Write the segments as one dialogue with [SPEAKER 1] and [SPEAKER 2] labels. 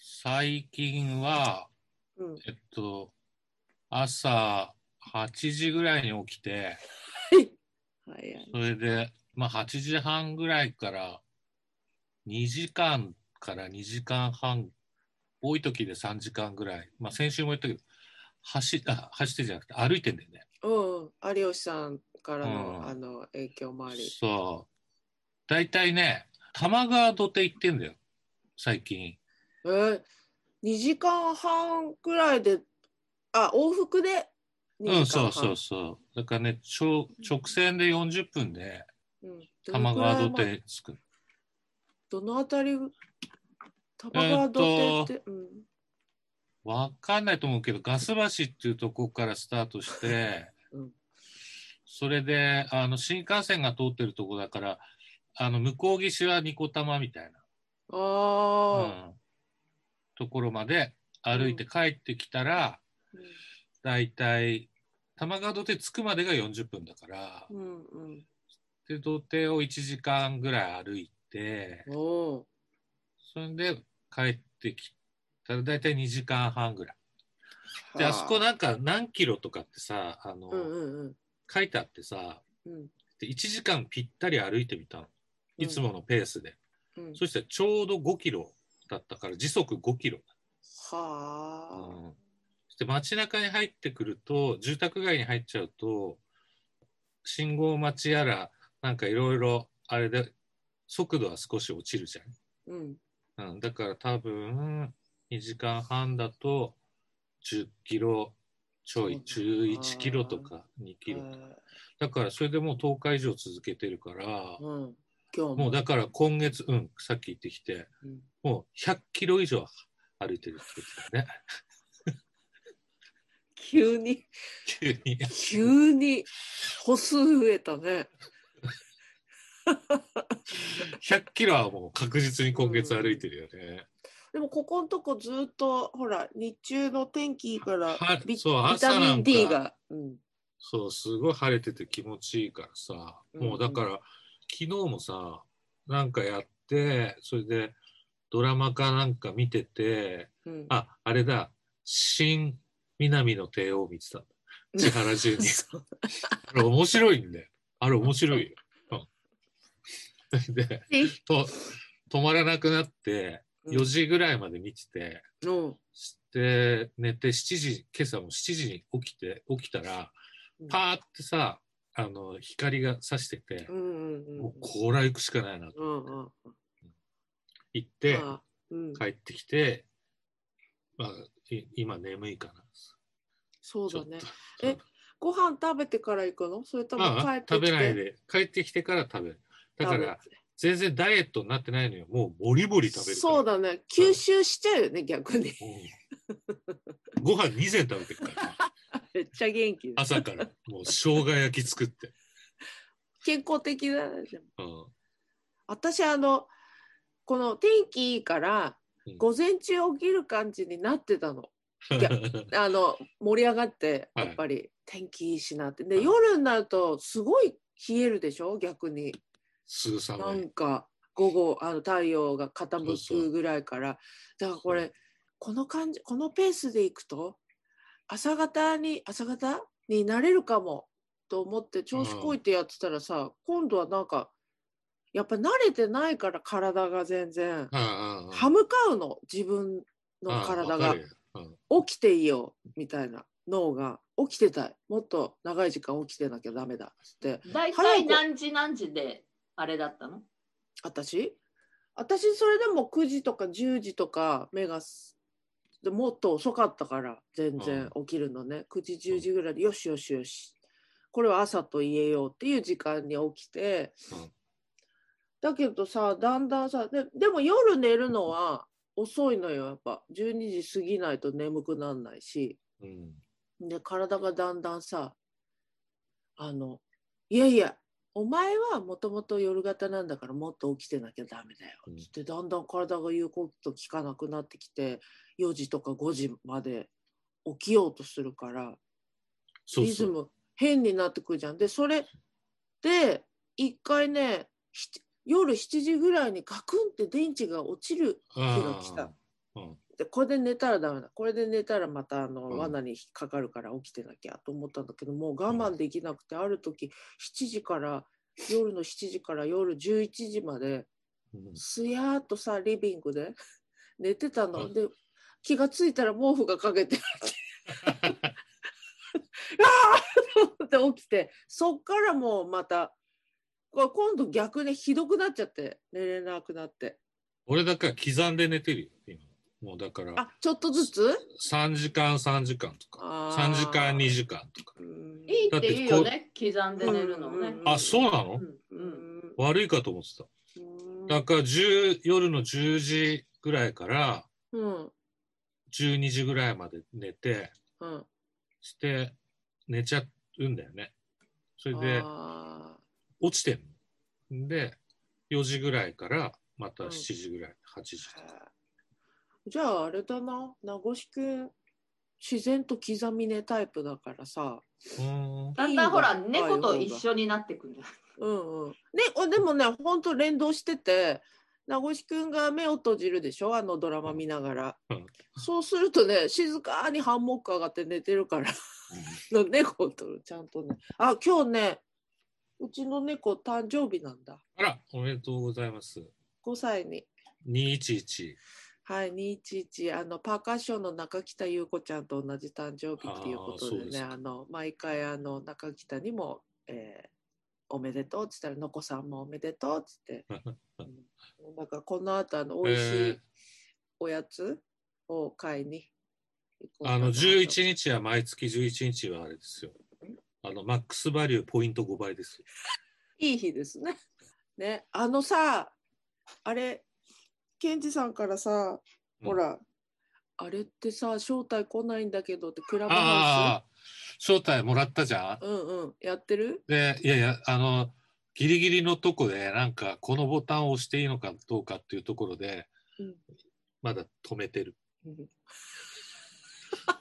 [SPEAKER 1] 最近は、
[SPEAKER 2] うん。
[SPEAKER 1] えっと、朝8時ぐらいに起きて、
[SPEAKER 2] 早い。
[SPEAKER 1] それで、まあ8時半ぐらいから2時間から2時間半、多い時で3時間ぐらい、まあ先週も言ったけど、走あ走ってじゃなくて歩いてんだよね。
[SPEAKER 2] うんうん。有吉さんから
[SPEAKER 1] う
[SPEAKER 2] の
[SPEAKER 1] ん
[SPEAKER 2] あの影響もあり。
[SPEAKER 1] そう。大体ね、玉川土手行ってんだよ、最近。
[SPEAKER 2] えー、2時間半くらいで、あ、往復で
[SPEAKER 1] う
[SPEAKER 2] 2
[SPEAKER 1] ん、
[SPEAKER 2] 時
[SPEAKER 1] そ
[SPEAKER 2] 間
[SPEAKER 1] う
[SPEAKER 2] 半。
[SPEAKER 1] そうそう。だからね、ちょ直線で40分で
[SPEAKER 2] うん
[SPEAKER 1] 玉川土。
[SPEAKER 2] どれくらいま
[SPEAKER 1] 手着く。
[SPEAKER 2] どのあたり、玉川土手って、うん。
[SPEAKER 1] わかんないと思うけど、ガス橋っていうとこからスタートして、
[SPEAKER 2] うん
[SPEAKER 1] それで、あの、新幹線が通ってるとこだから、あの、向こう岸はニコ玉みたいな、う
[SPEAKER 2] ああ、
[SPEAKER 1] ん、ところまで歩いて帰ってきたら、だいたい玉川土手着くまでが40分だから、
[SPEAKER 2] うん、うん、
[SPEAKER 1] で、土手を1時間ぐらい歩いて、
[SPEAKER 2] うん。おー
[SPEAKER 1] それで帰ってきたらだいたい2時間半ぐらい。で、あそこ、なんか何キロとかってさ、あの、
[SPEAKER 2] うんうんうん
[SPEAKER 1] 書いてあってさ、
[SPEAKER 2] うん。
[SPEAKER 1] で1時間ぴったり歩いてみたの。いつものペースで。
[SPEAKER 2] うん。
[SPEAKER 1] そしたらちょうど5キロだったから、時速5キロ。う
[SPEAKER 2] はあ。
[SPEAKER 1] ん、そして街中に入ってくると、住宅街に入っちゃうと、信号待ちやら、なんかいろいろ、あれで、速度は少し落ちるじ
[SPEAKER 2] うん。
[SPEAKER 1] ゃん。うん、だから多分、2時間半だと、10キロちょい、11キロとか2キロとか
[SPEAKER 2] え
[SPEAKER 1] だからそれでもう10日以上続けてるから
[SPEAKER 2] ー、うん。今日
[SPEAKER 1] もうだから今月、うん、さっき行ってきて、
[SPEAKER 2] うん
[SPEAKER 1] もう100キロ以上歩いてるってことだね。
[SPEAKER 2] 急に、
[SPEAKER 1] 急に。
[SPEAKER 2] 急に歩数増えたね。
[SPEAKER 1] 100キロはもう確実に今月歩いてるよね。
[SPEAKER 2] でもここのとこずっとほら日中の天気いいから
[SPEAKER 1] は
[SPEAKER 2] ビ
[SPEAKER 1] そう
[SPEAKER 2] ビタ
[SPEAKER 1] 朝
[SPEAKER 2] ミ
[SPEAKER 1] なん
[SPEAKER 2] ン
[SPEAKER 1] か
[SPEAKER 2] D が、うん、
[SPEAKER 1] そう、すごい晴れてて気持ちいいからさ、もうだから、昨日もさ、なんかやって、それでドラマかなんか見てて、
[SPEAKER 2] うん、
[SPEAKER 1] あ、あれだ、新南の帝王見てたんだ。千原ジュニア。
[SPEAKER 2] そう
[SPEAKER 1] あれ面白いんだよ。あれ面白いよ。うんそれで、と、止まらなくなって、
[SPEAKER 2] うん
[SPEAKER 1] 4時ぐらいまで見てて、
[SPEAKER 2] うん
[SPEAKER 1] して、寝て7時、今朝も7時に起きて、起きたら
[SPEAKER 2] うん、
[SPEAKER 1] パーってさ、あの、光が差してて
[SPEAKER 2] う、んうんうん
[SPEAKER 1] もうこら行くしかないなと
[SPEAKER 2] うんうん
[SPEAKER 1] 言って、
[SPEAKER 2] まあうん
[SPEAKER 1] 帰ってきて、まあ、い今眠いかな。
[SPEAKER 2] そうだね
[SPEAKER 1] ちょっと
[SPEAKER 2] えご飯食べてから行くのそれとも
[SPEAKER 1] あ
[SPEAKER 2] 帰
[SPEAKER 1] あ
[SPEAKER 2] ってきて
[SPEAKER 1] 食べないで、帰ってきてから食べる。だか
[SPEAKER 2] 食べ
[SPEAKER 1] ら、全然ダイエットになってないのよ。もうボリボリ食べるから。
[SPEAKER 2] そうだね吸収しちゃうよね逆に
[SPEAKER 1] うんご飯2膳食べてるから、
[SPEAKER 2] めっちゃ元気だ
[SPEAKER 1] 朝から。もう生姜焼き作って。
[SPEAKER 2] 健康的だねでも
[SPEAKER 1] うん。
[SPEAKER 2] 私あのこの天気いいから
[SPEAKER 1] うん
[SPEAKER 2] 午前中起きる感じになってたのやあの盛り上がって
[SPEAKER 1] は
[SPEAKER 2] や
[SPEAKER 1] い
[SPEAKER 2] っぱり天気いいしなって、で、
[SPEAKER 1] はい
[SPEAKER 2] 夜になるとすごい冷えるでしょ逆に
[SPEAKER 1] すぐ寒。
[SPEAKER 2] ないんか午後あの太陽が傾
[SPEAKER 1] そうそ
[SPEAKER 2] く
[SPEAKER 1] う
[SPEAKER 2] ぐらいからだからこ
[SPEAKER 1] う
[SPEAKER 2] れこの感じこのペースでいくと朝方に朝方になれるかもと思って調子こいてやってたらさ、今度はなんかやっぱ慣れてないから体が全然
[SPEAKER 1] うんうんうん
[SPEAKER 2] 歯向かうの自分の体
[SPEAKER 1] ああわ
[SPEAKER 2] が
[SPEAKER 1] かる。ようん
[SPEAKER 2] 起きていいよみたいな脳が起きてたいもっと長い時間起きてなきゃダメだっつって
[SPEAKER 3] 大体何時何時であれだったの
[SPEAKER 2] 私私それでも9時とか10時とか目がすでもっと遅かったから全然起きるのね、9時10時ぐらいでよしよしよしこれは朝と言えようっていう時間に起きて、
[SPEAKER 1] うん
[SPEAKER 2] だけどさだんだんさででも夜寝るのは遅いのよやっぱ12時過ぎないと眠くなんないし。
[SPEAKER 1] うん
[SPEAKER 2] で体がだんだんさあのいやいやお前はもともと夜型なんだからもっと起きてなきゃダメだよ
[SPEAKER 1] うん
[SPEAKER 2] つってだんだん体が言うこと聞かなくなってきて4時とか5時まで起きようとするから
[SPEAKER 1] そう
[SPEAKER 2] リズ
[SPEAKER 1] そう。
[SPEAKER 2] ム変になってくるじゃん。でそれで一回ねひち夜7時ぐらいにガクンって電池が落ちる
[SPEAKER 1] ああ
[SPEAKER 2] 日が来た
[SPEAKER 1] うん
[SPEAKER 2] でこれで寝たらダメだこれで寝たらまたあの
[SPEAKER 1] うん
[SPEAKER 2] 罠に引っかかるから起きてなきゃと思ったんだけどもう我慢できなくてある時7時から夜の7時から夜11時まで
[SPEAKER 1] うん
[SPEAKER 2] すやーっとさリビングで 寝てた
[SPEAKER 1] う
[SPEAKER 2] の
[SPEAKER 1] ん
[SPEAKER 2] で気がついたら毛布がかけて あーと思って起きてそっからもうまたこれ今度逆にひどくなっちゃって寝れなくなって
[SPEAKER 1] 俺だから刻んで寝てるよ、今。もうだから
[SPEAKER 2] あ、ちょっとずつ
[SPEAKER 1] 3時間3時間とか、
[SPEAKER 2] あー
[SPEAKER 1] 3時間2時間とか。
[SPEAKER 2] うん
[SPEAKER 3] いいって言うよね刻んで寝るの
[SPEAKER 2] う
[SPEAKER 3] ね
[SPEAKER 2] んうん
[SPEAKER 1] あ、そうなの
[SPEAKER 3] うんうん
[SPEAKER 1] 悪いかと思ってた。
[SPEAKER 2] うん
[SPEAKER 1] だから10夜の10時ぐらいから
[SPEAKER 2] うん
[SPEAKER 1] 12時ぐらいまで寝て、
[SPEAKER 2] うん
[SPEAKER 1] して寝ちゃうんだよね。それで
[SPEAKER 2] あ
[SPEAKER 1] 落ちてんの。で、4時ぐらいからまた
[SPEAKER 2] うん
[SPEAKER 1] 7時ぐらい、8時とか。
[SPEAKER 2] ーじゃああれだな名越くん自然と刻みねタイプだからさ
[SPEAKER 1] うーん
[SPEAKER 3] だんだんほら
[SPEAKER 2] いいんだ
[SPEAKER 3] 猫と一緒になってくるんだよ
[SPEAKER 2] うんうんねおでもねほんと連動してて名越くんが目を閉じるでしょあのドラマ見ながら、
[SPEAKER 1] うん
[SPEAKER 2] そうするとね静かにハンモック上がって寝てるから の猫とちゃんとねあ今日ねうちの猫誕生日なんだ
[SPEAKER 1] あら、おめでとうございます。
[SPEAKER 2] 5歳に
[SPEAKER 1] 211。
[SPEAKER 2] はい、211あのパーカッションの中北優子ちゃんと同じ誕生日っていうことで
[SPEAKER 1] あーそうで
[SPEAKER 2] ね
[SPEAKER 1] す
[SPEAKER 2] あ
[SPEAKER 1] か
[SPEAKER 2] の毎回あの中北にも、えーおめでとう」っつったら「のこさんもおめでとう」っ つって、うんなんかこの後あの美味し
[SPEAKER 1] え
[SPEAKER 2] い
[SPEAKER 1] ー
[SPEAKER 2] おやつを買いに行こうかな
[SPEAKER 1] あ
[SPEAKER 2] と
[SPEAKER 1] の、11日は毎月11日はあれですよ。あの、マックスバリューポイント5倍ですよ。
[SPEAKER 2] いい日ですね。 ね、あのさ、あれ、ケンジさんからさ、
[SPEAKER 1] うん
[SPEAKER 2] ほら、あれってさ、招待来ないんだけどって、クラブハ
[SPEAKER 1] ああ、招待もらったじゃん
[SPEAKER 2] ウス、うんうん、やってる
[SPEAKER 1] で、いやいや、あの、ギリギリのとこで、なんか、このボタンを押していいのかどうかっていうところで、
[SPEAKER 2] うん
[SPEAKER 1] まだ止めてる。
[SPEAKER 2] うん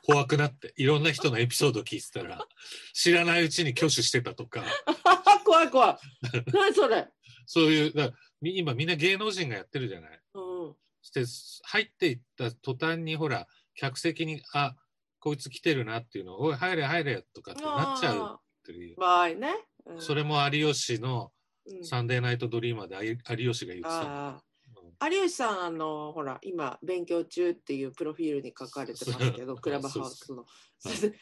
[SPEAKER 1] 怖くなって、いろんな人のエピソード聞いてたら、 知らないうちに挙手してたとか、
[SPEAKER 2] 怖い怖 い。何それ。
[SPEAKER 1] そういう、だみ今みんな芸能人がやってるじゃない。
[SPEAKER 2] うんうん、
[SPEAKER 1] して、入っていった途端に、ほら、客席に、あ、こいつ来てるなっていうのを、おい、入れ入れとかってなっちゃうっていう。
[SPEAKER 2] 場合ね。うん
[SPEAKER 1] それ、も有吉の
[SPEAKER 2] う
[SPEAKER 1] 「
[SPEAKER 2] ん
[SPEAKER 1] サンデーナイトドリーマー」であゆ有吉が言ってたの
[SPEAKER 2] ああ有吉さん、あの、ほら、今、勉強中っていうプロフィールに書かれてますけど、
[SPEAKER 1] そう
[SPEAKER 2] クラブハウスの。
[SPEAKER 1] そう
[SPEAKER 2] それで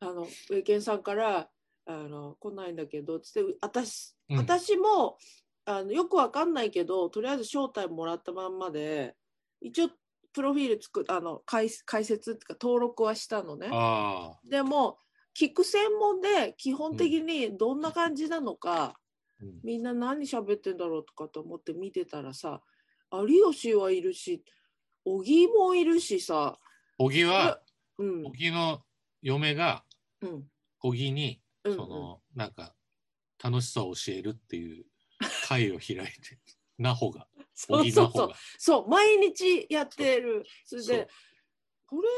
[SPEAKER 2] あの、ウェケンさんから、あの、来ないんだけど、つって、私、
[SPEAKER 1] うん
[SPEAKER 2] 私も、あの、よくわかんないけど、とりあえず招待もらったまんまで、一応、プロフィール作っ、あの、解解説っていうか、登録はしたのね。
[SPEAKER 1] あ
[SPEAKER 2] でも、聞く専門で、基本的にどんな感じなのか、
[SPEAKER 1] ー、うん
[SPEAKER 2] みんな何喋ってんだろうとかと思って見てたらさ有吉はいるし小木もいるしさ
[SPEAKER 1] 小木は
[SPEAKER 2] うん
[SPEAKER 1] 小木の嫁が
[SPEAKER 2] うん
[SPEAKER 1] 小木に
[SPEAKER 2] う
[SPEAKER 1] そ
[SPEAKER 2] ん
[SPEAKER 1] のなんか楽しさを教えるっていう会を開いてなほが
[SPEAKER 2] そ
[SPEAKER 1] 小
[SPEAKER 2] う
[SPEAKER 1] 木
[SPEAKER 2] そ
[SPEAKER 1] な
[SPEAKER 2] うそ
[SPEAKER 1] ほ
[SPEAKER 2] う
[SPEAKER 1] が
[SPEAKER 2] そう毎日やってるそれ
[SPEAKER 1] そ
[SPEAKER 2] で
[SPEAKER 1] う
[SPEAKER 2] これ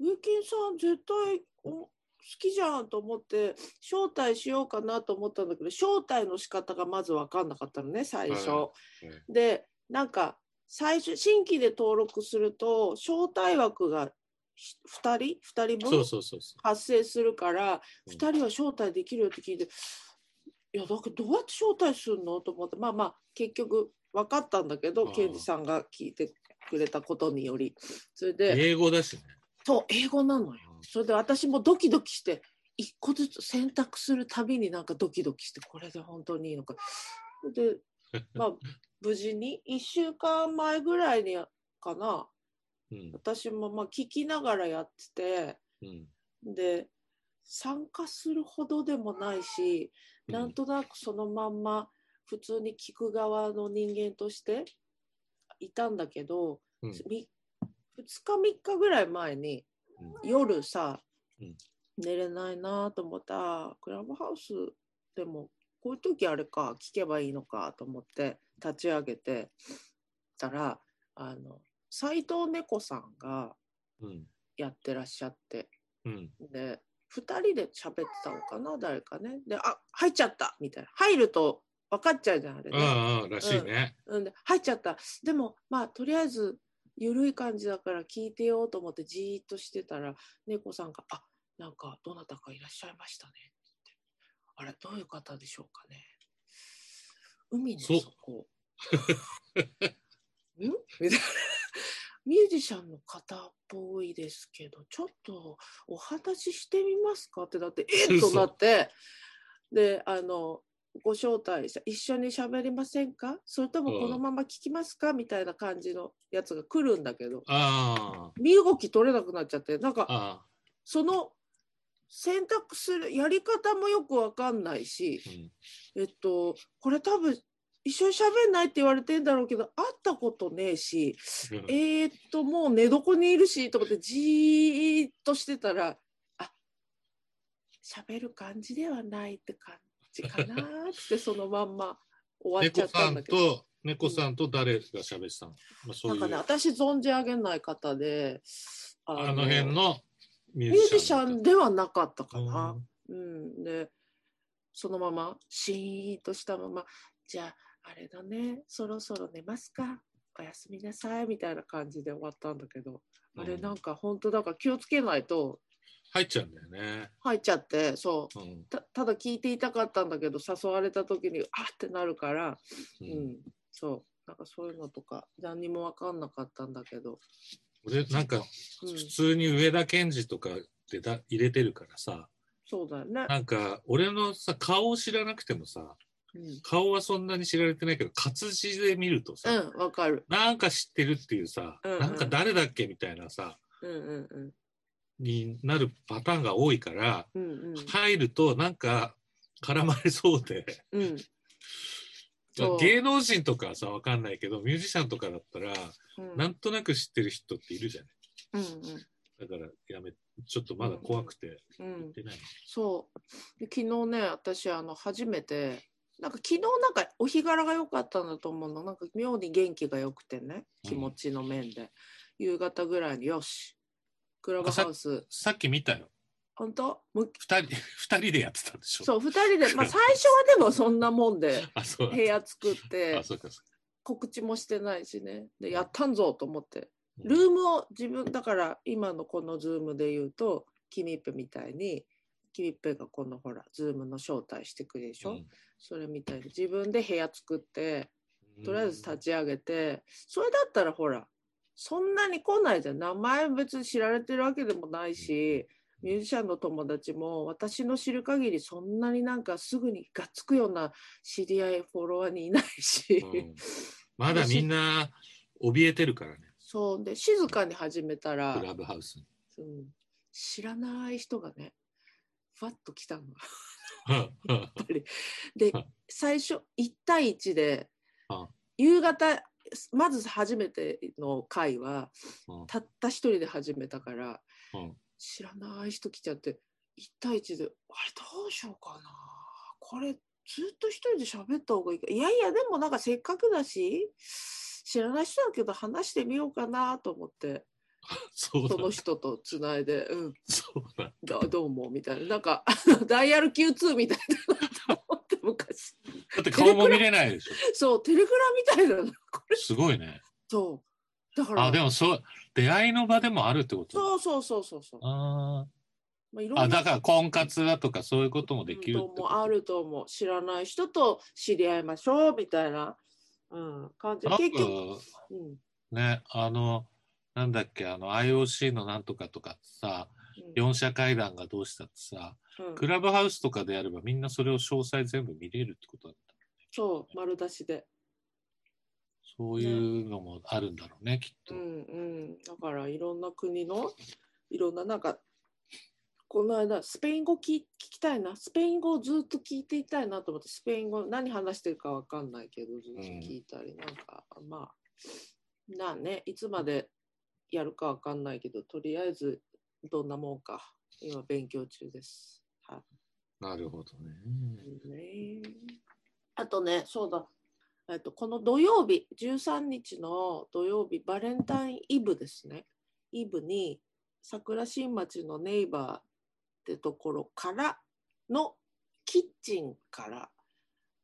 [SPEAKER 2] ウェキンさん絶対お好きじゃんと思って招待しようかなと思ったんだけど招待の仕方がまず分かんなかったのね最初。
[SPEAKER 1] いは
[SPEAKER 2] でなんか最初新規で登録すると招待枠が2人2人
[SPEAKER 1] そ
[SPEAKER 2] 分
[SPEAKER 1] うそうそうそ
[SPEAKER 2] 発生するから、
[SPEAKER 1] うん
[SPEAKER 2] 2人は招待できるよって聞いて、いや、だけどどうやって招待するのと思って、まあまあ、結局分かったんだけど、
[SPEAKER 1] あー
[SPEAKER 2] ケンジさんが聞いてくれたことにより、それ
[SPEAKER 1] う
[SPEAKER 2] で、
[SPEAKER 1] 英語だしね
[SPEAKER 2] そう、英語なのよ。それで私もドキドキして、一個ずつ選択するたびになんかドキドキして、これで本当にいいのか。で、まあ、無事に、1週間前ぐらいにかな、
[SPEAKER 1] うん
[SPEAKER 2] 私もまあ聞きながらやってて、
[SPEAKER 1] うん
[SPEAKER 2] で参加するほどでもないしなんとなくそのまんま普通に聞く側の人間としていたんだけど、
[SPEAKER 1] うん
[SPEAKER 2] み2日3日ぐらい前に
[SPEAKER 1] うん
[SPEAKER 2] 夜さ、
[SPEAKER 1] うん
[SPEAKER 2] 寝れないなと思ったクラブハウスでもこういう時あれか聞けばいいのかと思って立ち上げてたらあの斎藤猫さんが
[SPEAKER 1] うん
[SPEAKER 2] やってらっしゃって。
[SPEAKER 1] うん
[SPEAKER 2] で2人で喋ってたのかな誰かねで「あ入っちゃった」みたいな入ると分かっちゃうじゃんあれ
[SPEAKER 1] あ
[SPEAKER 2] ね、
[SPEAKER 1] あああらしいね
[SPEAKER 2] うんで入っちゃったでもまあとりあえずゆるい感じだから聞いてようと思ってじーっとしてたら猫さんが「あなんかどなたかいらっしゃいましたね」ってあれどういう方でしょうかね海の
[SPEAKER 1] そう
[SPEAKER 2] 底んみたいなミュージシャンの方っぽいですけどちょっとお話ししてみますかってだってえっと
[SPEAKER 1] 嘘
[SPEAKER 2] なってであのご招待者一緒に喋りませんかそれともこのまま聞きますかみたいな感じのやつが来るんだけど
[SPEAKER 1] あ
[SPEAKER 2] 身動き取れなくなっちゃってなん
[SPEAKER 1] あ、
[SPEAKER 2] か
[SPEAKER 1] ああ、
[SPEAKER 2] その選択するやり方もよくわかんないし
[SPEAKER 1] うん。
[SPEAKER 2] えっとこれ多分一緒に喋んないって言われてんだろうけど会ったことねえしえー、っともう寝床にいるしと思ってじーっとしてたらあ喋る感じではないって感じかなー ってそのまんま終わっちゃ
[SPEAKER 1] 猫
[SPEAKER 2] った
[SPEAKER 1] さ
[SPEAKER 2] ん
[SPEAKER 1] ん
[SPEAKER 2] だけど。
[SPEAKER 1] と、猫さんと誰が喋ってたの、まあ、そ
[SPEAKER 2] な
[SPEAKER 1] うんい
[SPEAKER 2] かね、
[SPEAKER 1] う、
[SPEAKER 2] 私存じ上げない方で、あ
[SPEAKER 1] あの辺のミュ
[SPEAKER 2] ミ
[SPEAKER 1] ー
[SPEAKER 2] ュ
[SPEAKER 1] ジシャン。
[SPEAKER 2] ージシャンではなかったか
[SPEAKER 1] う
[SPEAKER 2] な。
[SPEAKER 1] ん
[SPEAKER 2] うん、で、そのまま、シーンとしたまま、じゃあ、あれだね、そろそろ寝ますか、おやすみなさい、みたいな感じで終わったんだけど、あれなんか本当だから気をつけないと
[SPEAKER 1] 入っちゃうんだよね。
[SPEAKER 2] 入っちゃって、そう。
[SPEAKER 1] うん。
[SPEAKER 2] たただ聞いていたかったんだけど誘われた時にあってなるから、
[SPEAKER 1] う
[SPEAKER 2] うん
[SPEAKER 1] ん
[SPEAKER 2] そうなんかそういうのとか何にも分かんなかったんだけど、
[SPEAKER 1] 俺、なんか、
[SPEAKER 2] うん、
[SPEAKER 1] 普通に上田健二とかでだ入れてるからさ、
[SPEAKER 2] そうだよね。
[SPEAKER 1] なんか、俺のさ、顔を知らなくてもさ、
[SPEAKER 2] うん
[SPEAKER 1] 顔はそんなに知られてないけど、活字で見るとさ、
[SPEAKER 2] うん、わかる。
[SPEAKER 1] なんか知ってるっていうさ、
[SPEAKER 2] うんうん
[SPEAKER 1] なんか誰だっけみたいなさ、
[SPEAKER 2] うんうんうん。
[SPEAKER 1] になるパターンが多いから、
[SPEAKER 2] うんうん。
[SPEAKER 1] 入るとなんか絡まれそうで、
[SPEAKER 2] うん。そう
[SPEAKER 1] 芸能人とかはさ、わかんないけど、ミュージシャンとかだったら、
[SPEAKER 2] うん
[SPEAKER 1] なんとなく知ってる人っているじゃない。
[SPEAKER 2] うん
[SPEAKER 1] だから、やめ、ちょっとまだ怖くて、
[SPEAKER 2] うんう
[SPEAKER 1] 言っ
[SPEAKER 2] ん。
[SPEAKER 1] てない。
[SPEAKER 2] そう。で昨日ね、私、あの、初めて、なんか昨日なんかお日柄が良かったんだと思うの。なんか妙に元気が良くてね、気持ちの面で。夕方ぐらいによし、クラブハウス、
[SPEAKER 1] さっき見たよ。
[SPEAKER 2] 本当もう
[SPEAKER 1] 二人、二人でやってたんでしょ
[SPEAKER 2] そう、二人で、まあ最初はでもそんなも んで、
[SPEAKER 1] あ、そう
[SPEAKER 2] 部屋作っ
[SPEAKER 1] だ。
[SPEAKER 2] て
[SPEAKER 1] あ、、そうか、そ
[SPEAKER 2] 告知もしてないしね。で、やったんぞと思って。
[SPEAKER 1] うか。
[SPEAKER 2] ルームを自分だから今のこのズームで言うとキミッペみたいにキミッペがこのほらズームの招待してくれるでしょ、
[SPEAKER 1] うん
[SPEAKER 2] それみたいに自分で部屋作ってとりあえず立
[SPEAKER 1] ち。
[SPEAKER 2] ち上げて、それだったらほらそんなに来ないじゃん名前別に知られてるわけでもないし、
[SPEAKER 1] うん
[SPEAKER 2] ミュージシャンの友達も私の知る限りそんなになんかすぐにがっつくような知り合いフォロワーにいないし、
[SPEAKER 1] うんまだみんな、怯えてるからね、
[SPEAKER 2] そうで静かに始めたら
[SPEAKER 1] クラブハウスに。
[SPEAKER 2] うん、知らない人がねふわっと来たので
[SPEAKER 1] はい
[SPEAKER 2] 最初1対1で
[SPEAKER 1] あ
[SPEAKER 2] 夕方まず初めての会は
[SPEAKER 1] うん
[SPEAKER 2] たった一人で始めたから
[SPEAKER 1] うん
[SPEAKER 2] 知らない人来ちゃって1対1であれどうしようかなこれずっと一人で喋った方がいいかいやいやでもなんかせっかくだし知らない人だけど話してみようかなと思って
[SPEAKER 1] そう
[SPEAKER 2] そ
[SPEAKER 1] だ
[SPEAKER 2] の。人とつないで、うん、
[SPEAKER 1] そうだ。
[SPEAKER 2] どどうもみたいななんか ダイヤル Q2 みたいだなと思って昔
[SPEAKER 1] だって顔も見れないでしょ。
[SPEAKER 2] そうテレグラみたいなのこれ
[SPEAKER 1] すごいね。
[SPEAKER 2] そうだから
[SPEAKER 1] あ、でもそう、出会いの場でもあるってこと
[SPEAKER 2] そうそうそうそうそう、
[SPEAKER 1] あ
[SPEAKER 2] まあ、いろ
[SPEAKER 1] ーあ、だから婚活だとかそういうこともできるって
[SPEAKER 2] うん
[SPEAKER 1] こと
[SPEAKER 2] もあると思う知らない人と知り合いましょうみたいな、うん、感じ
[SPEAKER 1] なん
[SPEAKER 2] で
[SPEAKER 1] か
[SPEAKER 2] 結局、うんうん、
[SPEAKER 1] ね、あの、なんだっけ、あの、IOC のなんとかとかってさ、4者会談がどうしたってさ、
[SPEAKER 2] うん
[SPEAKER 1] クラブハウスとかでやればみんなそれを詳細全部見れるってことだった。
[SPEAKER 2] そう丸出しで、
[SPEAKER 1] そういうのもあるんだろうね、きっ
[SPEAKER 2] う
[SPEAKER 1] と。
[SPEAKER 2] んうん、だからいろんな国のいろんななんかこの間スペイン語聞聞きたいなスペイン語をずっと聞いていたいなと思ってスペイン語何話してるかわかんないけどずっと聞いたり、なんかまあなあねいつまでやるかわかんないけどとりあえずどんなもんか今勉強中です。は
[SPEAKER 1] なるほどね。
[SPEAKER 2] いね、あとねそうだえっと、この土曜日、13日の土曜日、バレンタインイブですね。イブに、桜新町のネイバーってところからのキッチンから、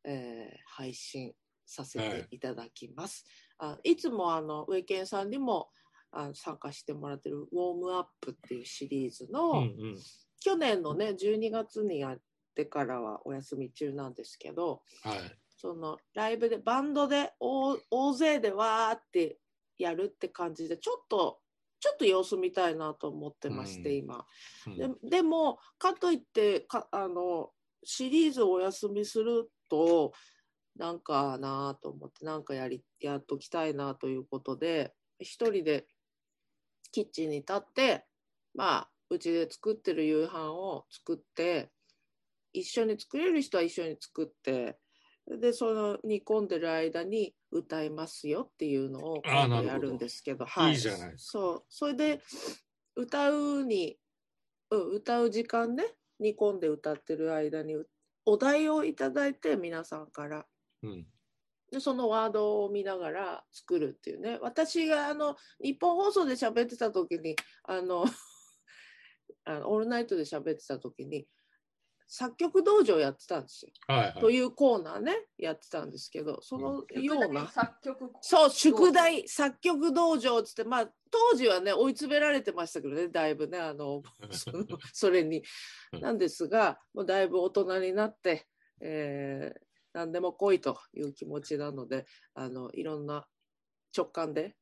[SPEAKER 2] えー配信させていただきます。あいつもあの、ウェイケンさんにもあの参加してもらってる「ウォームアップ」っていうシリーズ
[SPEAKER 1] う
[SPEAKER 2] の、
[SPEAKER 1] んうん
[SPEAKER 2] 去年のね12月にやってからはお休み中なんですけど、
[SPEAKER 1] はい
[SPEAKER 2] そのライブでバンドで大大勢でわーってやるって感じでちょっとちょっと様子見たいなと思ってまして、
[SPEAKER 1] うん
[SPEAKER 2] 今
[SPEAKER 1] うん
[SPEAKER 2] ででもかといってかあのシリーズをお休みするとなんかなと思ってなんかやりやっときたいなということで一人でキッチンに立ってまあうちで作ってる夕飯を作って一緒に作れる人は一緒に作ってでその煮込んでる間に歌いますよっていうのを
[SPEAKER 1] あーなるほど
[SPEAKER 2] やるんですけど
[SPEAKER 1] いいじゃないです
[SPEAKER 2] そうそれで歌うに、うん、歌う時間ね煮込んで歌ってる間にお題をいただいて皆さんから
[SPEAKER 1] うん
[SPEAKER 2] でそのワードを見ながら作るっていうね私があの日本放送で喋ってた時にあの あの「オールナイト」で喋ってた時に作曲道場やってたんですよ、
[SPEAKER 1] はい
[SPEAKER 2] と
[SPEAKER 1] はい
[SPEAKER 2] いうコーナーねやってたんですけどそのような。
[SPEAKER 3] 作曲
[SPEAKER 2] そう宿題作曲道場っつってまあ当時はね追い詰められてましたけどねだいぶねあ のそのそれに
[SPEAKER 1] うん
[SPEAKER 2] なんですがもうだいぶ大人になって、えー何でも来いという気持ちなのであのいろんな直感で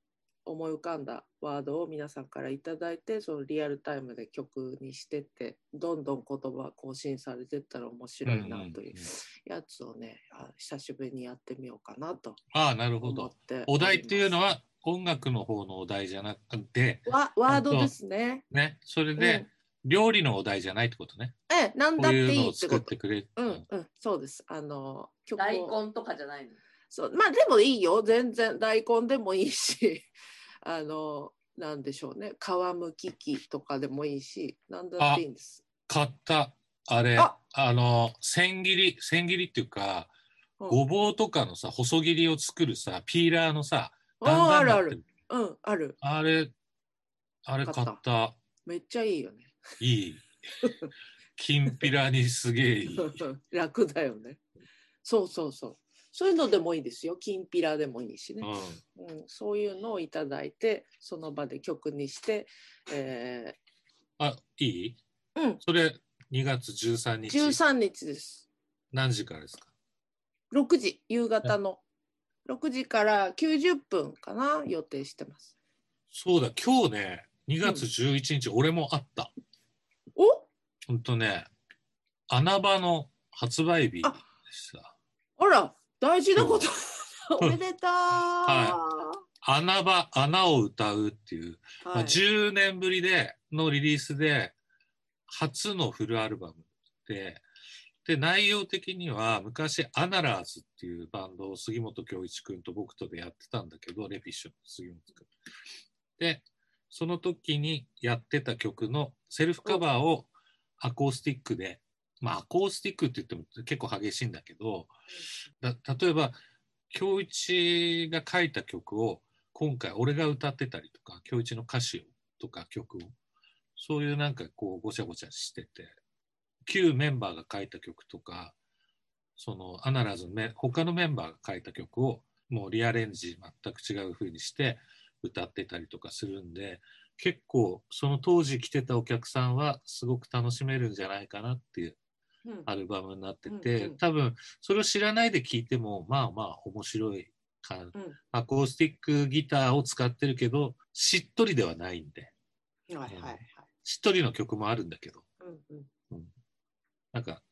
[SPEAKER 2] 思い浮かんだワードを皆さんからいただいてそのリアルタイムで曲にしてってどんどん言葉更新されてったら面白いなというやつをね、あ久しぶりにやってみようかなと
[SPEAKER 1] ああなるほ
[SPEAKER 2] 思っ
[SPEAKER 1] ど
[SPEAKER 2] て
[SPEAKER 1] お題っていうの
[SPEAKER 2] は
[SPEAKER 1] は音楽の方のお題じゃなくて
[SPEAKER 2] わワードですね。
[SPEAKER 1] ねそれで料理のお題じゃないってことね
[SPEAKER 2] うん、ええ、なん
[SPEAKER 1] こ
[SPEAKER 2] だっ
[SPEAKER 1] う
[SPEAKER 2] て
[SPEAKER 1] い
[SPEAKER 2] いう
[SPEAKER 1] の
[SPEAKER 2] い
[SPEAKER 1] を
[SPEAKER 2] って
[SPEAKER 1] 作
[SPEAKER 2] こ
[SPEAKER 1] っ
[SPEAKER 2] と
[SPEAKER 1] て。くれ
[SPEAKER 2] うん、うん、そうです。あの、曲
[SPEAKER 3] 大
[SPEAKER 2] を。
[SPEAKER 3] 根とかじゃないの。
[SPEAKER 2] そう、まあ、でもいいよ。全然大根でもいいし。 あの、なんでしょうね。皮むき器とかでもいいし、なんだっていいんです。
[SPEAKER 1] 買ったあれ
[SPEAKER 2] あ
[SPEAKER 1] あの千切り千切りっていうか
[SPEAKER 2] うん
[SPEAKER 1] ごぼうとかのさ細切りを作るさピーラーのさだん
[SPEAKER 2] ああ、
[SPEAKER 1] だ
[SPEAKER 2] あ
[SPEAKER 1] ん
[SPEAKER 2] る
[SPEAKER 1] な
[SPEAKER 2] あ
[SPEAKER 1] って
[SPEAKER 2] る。うん、ある。
[SPEAKER 1] あれあれ買った
[SPEAKER 2] 買っ めっちゃいいよね。
[SPEAKER 1] いいきんぴらにすげえいい
[SPEAKER 2] 楽だよね。そうそうそう。そういうのでもいいですよ。きんぴらでもいいしね
[SPEAKER 1] う。ん
[SPEAKER 2] うん、そういうのをいただいて、その場で曲にして、え
[SPEAKER 1] あいい
[SPEAKER 2] ー、うん、
[SPEAKER 1] それ2月13日
[SPEAKER 2] 13日です。
[SPEAKER 1] 何時からですか
[SPEAKER 2] 6時、夕方の。6時から90分かな、予定してます。
[SPEAKER 1] そうだ今日ね2月11日、俺もあった
[SPEAKER 2] お
[SPEAKER 1] ほんとね穴場の発売日でした
[SPEAKER 2] あら、大事なこと。
[SPEAKER 1] う
[SPEAKER 2] おめでとう、
[SPEAKER 1] は穴場穴を歌うっていうま
[SPEAKER 2] は
[SPEAKER 1] あ、
[SPEAKER 2] い
[SPEAKER 1] 10年ぶりでのリリースで初のフルアルバムでで内容的には昔アナラーズっていうバンドを杉本恭一君と僕とでやってたんだけどレピッションの杉本君。でその時にやってた曲のセルフカバーをアコースティックでまあアコースティックって言っても結構激しいんだけどだ例えば恭一が書いた曲を今回俺が歌ってたりとか恭一の歌詞をとか曲をそういうなんかこうごちゃごちゃしてて旧メンバーが書いた曲とかそのアナラーズのメ他のメンバーが書いた曲をもうリアレンジ全く違う風にして歌ってたりとかするんで結構その当時来てたお客さんはすごく楽しめるんじゃないかなっていう
[SPEAKER 2] うん
[SPEAKER 1] アルバムになってて、
[SPEAKER 2] うんうん
[SPEAKER 1] 多分それを知らないで聴いてもまあまあ面白いか、
[SPEAKER 2] ん
[SPEAKER 1] アコースティックギターを使ってるけどしっとりではないんで
[SPEAKER 2] はいはいはい。
[SPEAKER 1] しっとりの曲もあるんだけど
[SPEAKER 2] うんうん
[SPEAKER 1] なんか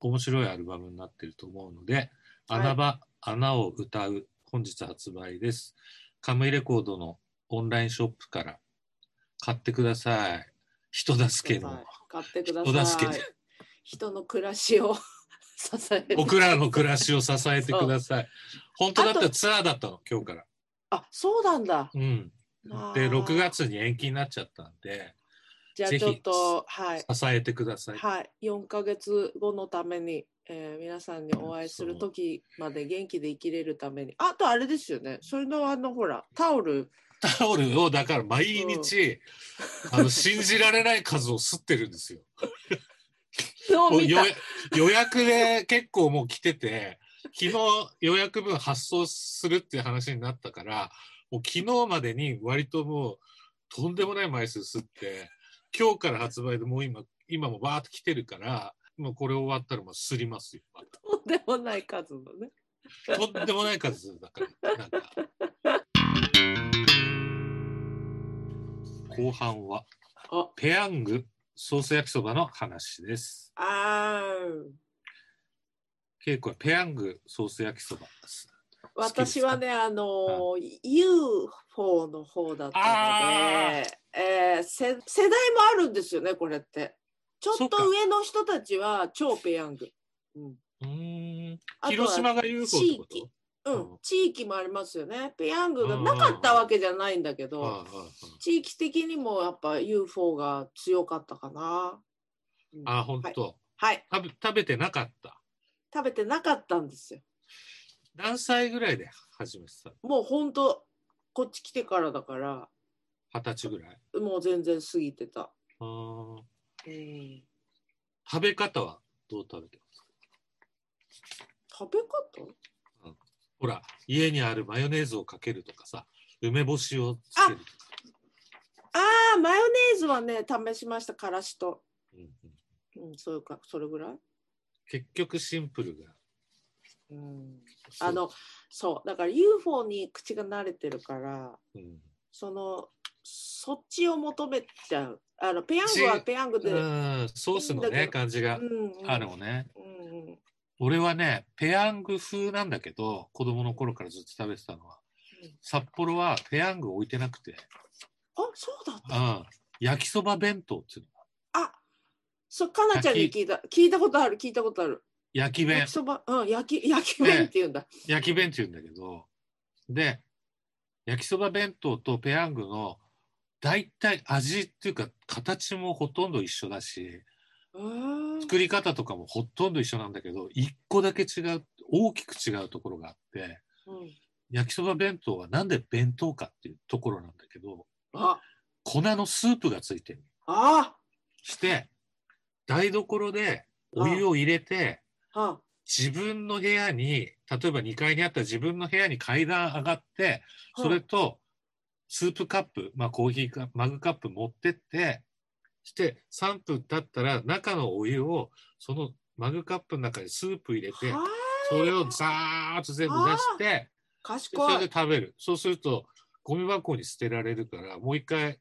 [SPEAKER 1] 面白いアルバムになってると思うので「
[SPEAKER 2] はい
[SPEAKER 1] 穴場、穴を歌う」本日発売ですカムイレコードのオンラインショップから買ってください人助けの
[SPEAKER 2] 買ってください。
[SPEAKER 1] 人助けで
[SPEAKER 2] 人の暮らしを 支えて
[SPEAKER 1] 僕らの暮らしを支えてくださ い本当だったらツアーだったの今日から
[SPEAKER 2] あ、そうなんだ。
[SPEAKER 1] うん
[SPEAKER 2] あ
[SPEAKER 1] で
[SPEAKER 2] ー
[SPEAKER 1] 6月に延期になっちゃったんで
[SPEAKER 2] じゃあ
[SPEAKER 1] ぜひ
[SPEAKER 2] ちょっと、はい。
[SPEAKER 1] 支えてください
[SPEAKER 2] はい、4ヶ月後のために、えー皆さんにお会いする時まで元気で生きれるためにあとあれですよねそれのあのほらタオル
[SPEAKER 1] タオルをだから毎日、あの信じられない数を吸ってるんです よ。
[SPEAKER 2] を見
[SPEAKER 1] 予
[SPEAKER 2] た
[SPEAKER 1] 予約で結構もう来てて昨日予約分発送するっていう話になったからもう昨日までに割ともうとんでもない枚数吸って、今日から発売でもう今、今もバーっと来てるから、もうこれ終わったらもうすりますよ。ま
[SPEAKER 2] とんでもない数のね。
[SPEAKER 1] た とんでもない数だから、なんか。後半は
[SPEAKER 2] あ、
[SPEAKER 1] ペヤングソース焼きそばの話です。
[SPEAKER 2] あ
[SPEAKER 1] ケイコはペヤングソース焼きそば。
[SPEAKER 2] あ、私はね、あのー、UFO の方だったので、えーせ、世代もあるんですよね、これって。ちょ
[SPEAKER 1] そ
[SPEAKER 2] っ
[SPEAKER 1] うか
[SPEAKER 2] と上の人たちは超ペヤング。うん。
[SPEAKER 1] うーん。
[SPEAKER 2] あとは
[SPEAKER 1] 広島が UFO ってこ
[SPEAKER 2] 地域
[SPEAKER 1] と
[SPEAKER 2] うん、地域もありますよね。ペヤングが
[SPEAKER 1] うん
[SPEAKER 2] なかったわけじゃないんだけ
[SPEAKER 1] あああ
[SPEAKER 2] ど、
[SPEAKER 1] あ
[SPEAKER 2] 地域的にもやっぱ UFO が強かったかな。うん
[SPEAKER 1] ああ、本当、
[SPEAKER 2] はい、
[SPEAKER 1] 食べ食べてなかった。
[SPEAKER 2] 食べてなかったんですよ。
[SPEAKER 1] 何歳ぐらいで始めてたの
[SPEAKER 2] もう本当こっち来てからだから、
[SPEAKER 1] 二十歳ぐらい。
[SPEAKER 2] もう全然過ぎてた。
[SPEAKER 1] あー食べ方はどう食べてますか
[SPEAKER 2] 食べ方
[SPEAKER 1] ほら、家にあるマヨネーズをかけるとかさ、梅干しをつけるとか。
[SPEAKER 2] ああ、マヨネーズはね、試しました、からしと。
[SPEAKER 1] うんうん
[SPEAKER 2] うん、そういうか、それぐらい。
[SPEAKER 1] 結局シンプルが。
[SPEAKER 2] うん、
[SPEAKER 1] そう
[SPEAKER 2] あ、の、そう、だから UFO に口が慣れてるから、
[SPEAKER 1] うん
[SPEAKER 2] その、そっちを求めちゃう。あの、ペヤングは
[SPEAKER 1] ち
[SPEAKER 2] ペヤングで。うん、
[SPEAKER 1] うん、ソースの
[SPEAKER 2] いいんだけ
[SPEAKER 1] ね、
[SPEAKER 2] ど
[SPEAKER 1] 感じが
[SPEAKER 2] うん、
[SPEAKER 1] あるもんね。
[SPEAKER 2] うんうん。
[SPEAKER 1] 俺はね、ペヤング風なんだけど、子供の頃からずっと食べてたのは
[SPEAKER 2] うん、
[SPEAKER 1] 札幌はペヤング置いてなくて、
[SPEAKER 2] あ、そうだった。
[SPEAKER 1] うん、焼きそば弁当っていうの。
[SPEAKER 2] あ、そう、かなちゃんに聞いた、聞いたことある、聞いたことある。
[SPEAKER 1] 焼き
[SPEAKER 2] 焼
[SPEAKER 1] 弁
[SPEAKER 2] き、そば、うん、焼き、焼き麺って言うんだ。
[SPEAKER 1] 焼き弁って言うんだけど、で、焼きそば弁当とペヤングの大体味っていうか形もほとんど一緒だし、
[SPEAKER 2] うーん
[SPEAKER 1] 作り方とかもほとんど一緒なんだけど、一個だけ違う、大きく違うところがあって、
[SPEAKER 2] うん
[SPEAKER 1] 焼きそば弁当はなんで弁当かっていうところなんだけど、
[SPEAKER 2] あ、
[SPEAKER 1] 粉のスープがついてる。
[SPEAKER 2] あ、
[SPEAKER 1] して、台所でお湯を入れて、
[SPEAKER 2] あ、
[SPEAKER 1] 自分の部屋に、例えば2階にあった自分の部屋に階段上がって、それと、スープカップ、まあコーヒーか、マグカップ持ってって、して、3分経ったら中のお湯を、そのマグカップの中にスープ入れて、
[SPEAKER 2] は
[SPEAKER 1] それをザーッと全部出して、でそ
[SPEAKER 2] 賢
[SPEAKER 1] れ
[SPEAKER 2] い
[SPEAKER 1] で。食べる。そうすると、ゴミ箱に捨てられるから、もう一回、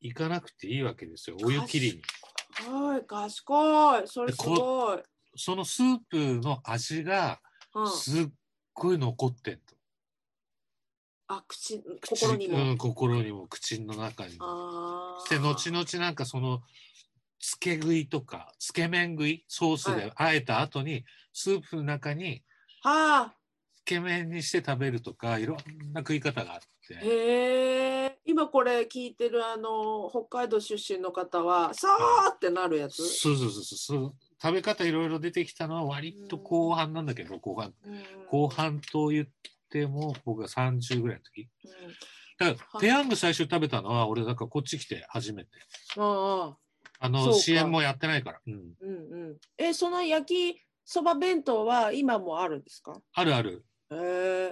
[SPEAKER 1] 行かなくていいわけですよ。お湯切りに。
[SPEAKER 2] はい、賢い。それすごい。
[SPEAKER 1] そのスープの味が、
[SPEAKER 2] うん、
[SPEAKER 1] すっごい残ってんと。
[SPEAKER 2] あ、口、心に
[SPEAKER 1] う
[SPEAKER 2] も。
[SPEAKER 1] ん、心にも口の中にも。
[SPEAKER 2] ああ。
[SPEAKER 1] で後々なんかそのつけ食いとかつけ麺食いソースであえた後に、スープの中に
[SPEAKER 2] はあ、
[SPEAKER 1] つけ麺にして食べるとかいろんな食い方があって
[SPEAKER 2] へえ。今これ聞いてるあの、北海道出身の方は、さーってなるやつ。
[SPEAKER 1] そうそうそうそう食べ方いろいろ出てきたのは割と後半なんだけど後半
[SPEAKER 2] うん
[SPEAKER 1] 後。半と言っても僕が30ぐらいの時
[SPEAKER 2] うん
[SPEAKER 1] だからペヤング最初食べたのは俺だからこっち来て初めて
[SPEAKER 2] ああ、
[SPEAKER 1] あ
[SPEAKER 2] そう
[SPEAKER 1] の
[SPEAKER 2] か
[SPEAKER 1] CM もやってないから、うん、
[SPEAKER 2] うんうん。え、その焼きそば弁当は今もあるんですか
[SPEAKER 1] あるある
[SPEAKER 2] へ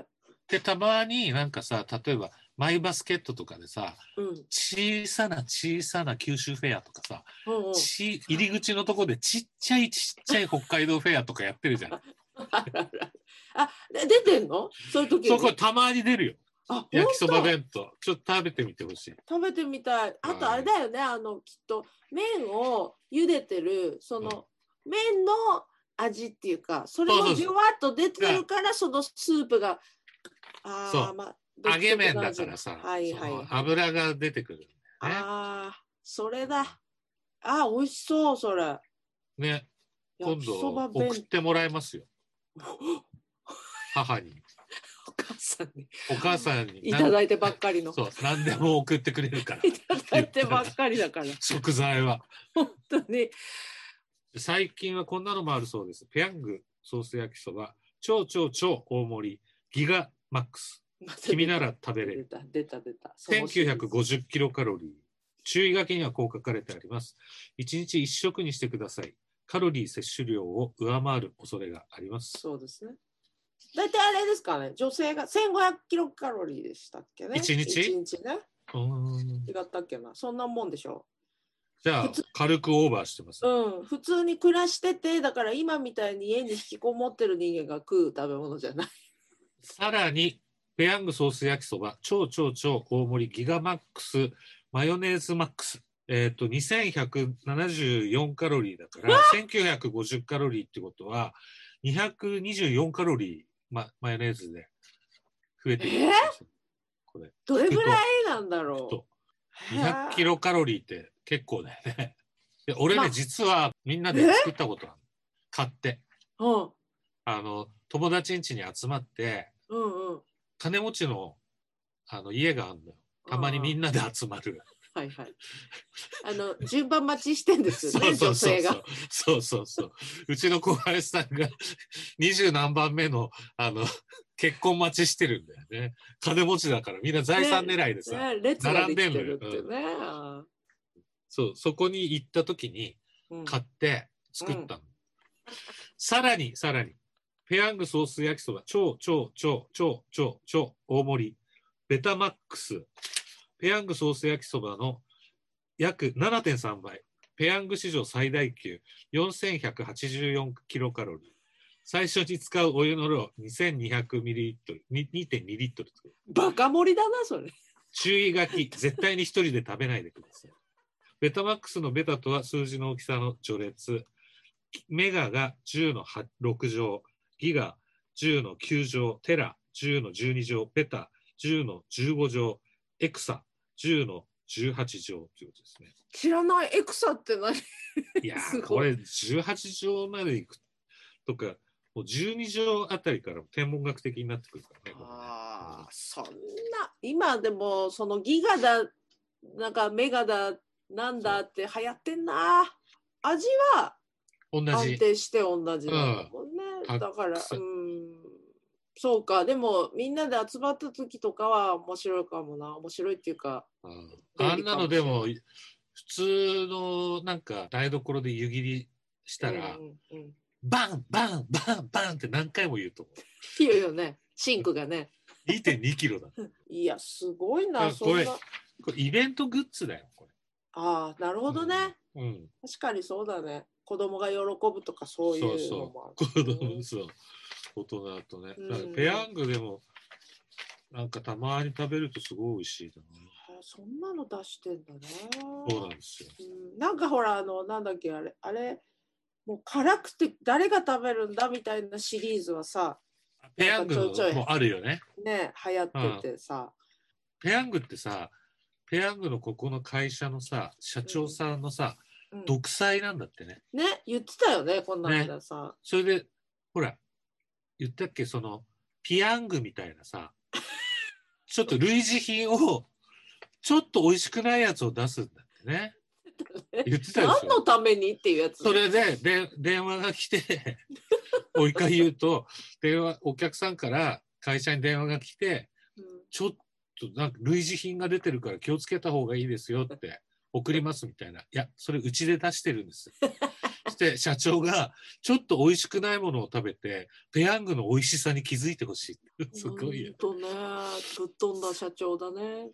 [SPEAKER 2] え。
[SPEAKER 1] でたまになんかさ例えばマイバスケットとかでさ
[SPEAKER 2] うん。
[SPEAKER 1] 小さな小さな九州フェアとかさ、
[SPEAKER 2] うんうん。
[SPEAKER 1] ち入り口のとこでちっちゃいちっちゃい北海道フェアとかやってるじゃん
[SPEAKER 2] あららあ、で出てんのそういう時
[SPEAKER 1] そこたまに出るよ
[SPEAKER 2] あ
[SPEAKER 1] 焼きそば
[SPEAKER 2] 本
[SPEAKER 1] 弁当ちょっと食べてみてほしい
[SPEAKER 2] 当食べてみたい。あとあれだよね、あの、きっと、麺を茹でてる、その、麺の味っていうか、それ
[SPEAKER 1] そうそ
[SPEAKER 2] も
[SPEAKER 1] うそう
[SPEAKER 2] じゅわっと出てるから、そのスープが、あ
[SPEAKER 1] そ
[SPEAKER 2] あ、
[SPEAKER 1] う
[SPEAKER 2] まあ、
[SPEAKER 1] 揚げ麺
[SPEAKER 2] 独
[SPEAKER 1] だ
[SPEAKER 2] 特
[SPEAKER 1] か
[SPEAKER 2] な
[SPEAKER 1] ら
[SPEAKER 2] 味が
[SPEAKER 1] さ、
[SPEAKER 2] はいはい、
[SPEAKER 1] そ
[SPEAKER 2] はい
[SPEAKER 1] の。油が出てくるんだよ
[SPEAKER 2] ああ、それだ。あー美味しそう、それ。
[SPEAKER 1] ねね今
[SPEAKER 2] 焼きそば
[SPEAKER 1] 度
[SPEAKER 2] 弁
[SPEAKER 1] 送ってもらい ますよ母に
[SPEAKER 2] お母さんに
[SPEAKER 1] お母さんに
[SPEAKER 2] いただいてばっかりの。
[SPEAKER 1] そう何でも送ってくれるから
[SPEAKER 2] いただいてばっかりだから、
[SPEAKER 1] 食材は
[SPEAKER 2] 本当に。
[SPEAKER 1] 最近はこんなのもあるそうです。ペヤングソース焼きそば、超超超大盛り、ギガマックス、
[SPEAKER 2] また
[SPEAKER 1] 君なら食べれ
[SPEAKER 2] 出
[SPEAKER 1] る。
[SPEAKER 2] た出た出た。そのシリーズ
[SPEAKER 1] 1950キロカロリー。注意書きにはこう書かれてあります。1日1食にしてください。カロリー摂取量を上回る恐れがあります。
[SPEAKER 2] そうですね。大体あれですかね、女性が1500キロカロリーでしたっけね。
[SPEAKER 1] 一日
[SPEAKER 2] 一日ね。
[SPEAKER 1] うーん
[SPEAKER 2] 違ったっけなそんなもんでしょ
[SPEAKER 1] じゃあ
[SPEAKER 2] 普通、
[SPEAKER 1] 軽くオーバーしてます。
[SPEAKER 2] うん普通に暮らしててだから今みたいに家に引きこもってる人間が食う食べ物じゃない
[SPEAKER 1] さらに、ペヤングソース焼きそば、超超超大盛り、ギガマックス、マヨネーズマックス。えっ、と、2174カロリーだから、1950カロリーってことは、224カロリー、ま、マヨネーズで増えてるんですよこれ。
[SPEAKER 2] どれぐらいなんだろう
[SPEAKER 1] と200キロカロリーって結構だよね。 で俺ね、
[SPEAKER 2] まあ
[SPEAKER 1] 実はみんなで作ったことある。買って。
[SPEAKER 2] うん
[SPEAKER 1] あの、友達ん家に集まって、
[SPEAKER 2] うんうん
[SPEAKER 1] 金持ちのあの家があるのよ。たまにみんなで集ま る。
[SPEAKER 2] はいはい。あの順番待ちしてんですよね、
[SPEAKER 1] そう
[SPEAKER 2] 女
[SPEAKER 1] そう
[SPEAKER 2] 性
[SPEAKER 1] そう
[SPEAKER 2] が。。
[SPEAKER 1] そうそうそう。うちの小林さんが 二十何番目の、あの、結婚待ちしてるんだよね。金持ちだからみんな財産狙いでさ。
[SPEAKER 2] ね、列ができてるっていうね。
[SPEAKER 1] そう、そこに行った時に、
[SPEAKER 2] うん
[SPEAKER 1] 買って作ったの。さらに、さらに、ペヤングソース焼きそば、超、超、超、超、超、超大盛り、ベタマックス、ペヤングソース焼きそばの約7.3倍、ペヤング史上最大級、4184キロカロリー。最初に使うお湯の量、2200ミリリットル、に2.2リットル。
[SPEAKER 2] バカ盛りだな、それ。
[SPEAKER 1] 注意書き、絶対に一人で食べないでください。ベタマックスのベタとは数字の大きさの序列。メガが10の8 6乗、ギガ10の9乗、テラ10の12乗、ペタ10の15乗、エクサ10の18乗ということですね。
[SPEAKER 2] 知らないエクサって何？
[SPEAKER 1] いや
[SPEAKER 2] す
[SPEAKER 1] ー、
[SPEAKER 2] ごい
[SPEAKER 1] これ18乗までいくとか、もう12乗あたりから天文学的になってくるからね。これね
[SPEAKER 2] ああ、そんな今でもそのギガだなんかメガだなんだって流行ってんな。味は
[SPEAKER 1] 同
[SPEAKER 2] 安
[SPEAKER 1] じ。
[SPEAKER 2] 定して同じなんだもんね、
[SPEAKER 1] うん
[SPEAKER 2] だから
[SPEAKER 1] たくさん
[SPEAKER 2] うんそうかでもみんなで集まった時とかは面白いかもな面白いっていうか
[SPEAKER 1] うんあんなのでも普通のなんか台所で湯切りしたら、
[SPEAKER 2] うんうんうん
[SPEAKER 1] バンバンバンバンって何回も言うと思
[SPEAKER 2] いいよねシンクがね
[SPEAKER 1] う2.2キロ だ
[SPEAKER 2] いやすごい
[SPEAKER 1] い
[SPEAKER 2] な
[SPEAKER 1] や
[SPEAKER 2] そん
[SPEAKER 1] これ
[SPEAKER 2] な
[SPEAKER 1] これイベントグッズだよこれ
[SPEAKER 2] ああなるほどね、
[SPEAKER 1] うん、うん
[SPEAKER 2] 確かにそうだね子供が喜ぶとかそうい
[SPEAKER 1] そう
[SPEAKER 2] うのも
[SPEAKER 1] そ
[SPEAKER 2] あ
[SPEAKER 1] う
[SPEAKER 2] る
[SPEAKER 1] 子供そう大人だとね、
[SPEAKER 2] うん
[SPEAKER 1] だからペヤングでもなんかたまに食べるとすごい美味しいだ
[SPEAKER 2] あそんなの出してんだね
[SPEAKER 1] なそうなんですよ
[SPEAKER 2] うんなんかほらあのなんだっけあれあれもう辛くて誰が食べるんだみたいなシリーズはさ
[SPEAKER 1] ペヤング
[SPEAKER 2] ちょいちょい
[SPEAKER 1] もあるよね
[SPEAKER 2] ね流行っててさ、
[SPEAKER 1] ペヤングってさペヤングのここの会社のさ社長さんのさ、
[SPEAKER 2] うん
[SPEAKER 1] 独裁なんだってね
[SPEAKER 2] ね言ってたよねこんな間さ、
[SPEAKER 1] それで、ほら、言ったっけ、その、ピヤングみたいなさ、ちょっと類似品を、ちょっと美味しくないやつを出すんだってね。 言ってたでし
[SPEAKER 2] 何の
[SPEAKER 1] ょ。
[SPEAKER 2] ためにっていうやつ
[SPEAKER 1] それでで、電話が来 て、もう一回言うと、電話、お客さんから会社に電話が来て、
[SPEAKER 2] うん
[SPEAKER 1] ちょっとなんか類似品が出てるから気をつけた方がいいですよって送りますみたいな。いや、それうちで出してるんです。そして社長がちょっと美味しくないものを食べて、ペヤングの美味しさに気づいてほしい。すごいよ。
[SPEAKER 2] ほんとねぶっ飛んだ社長だね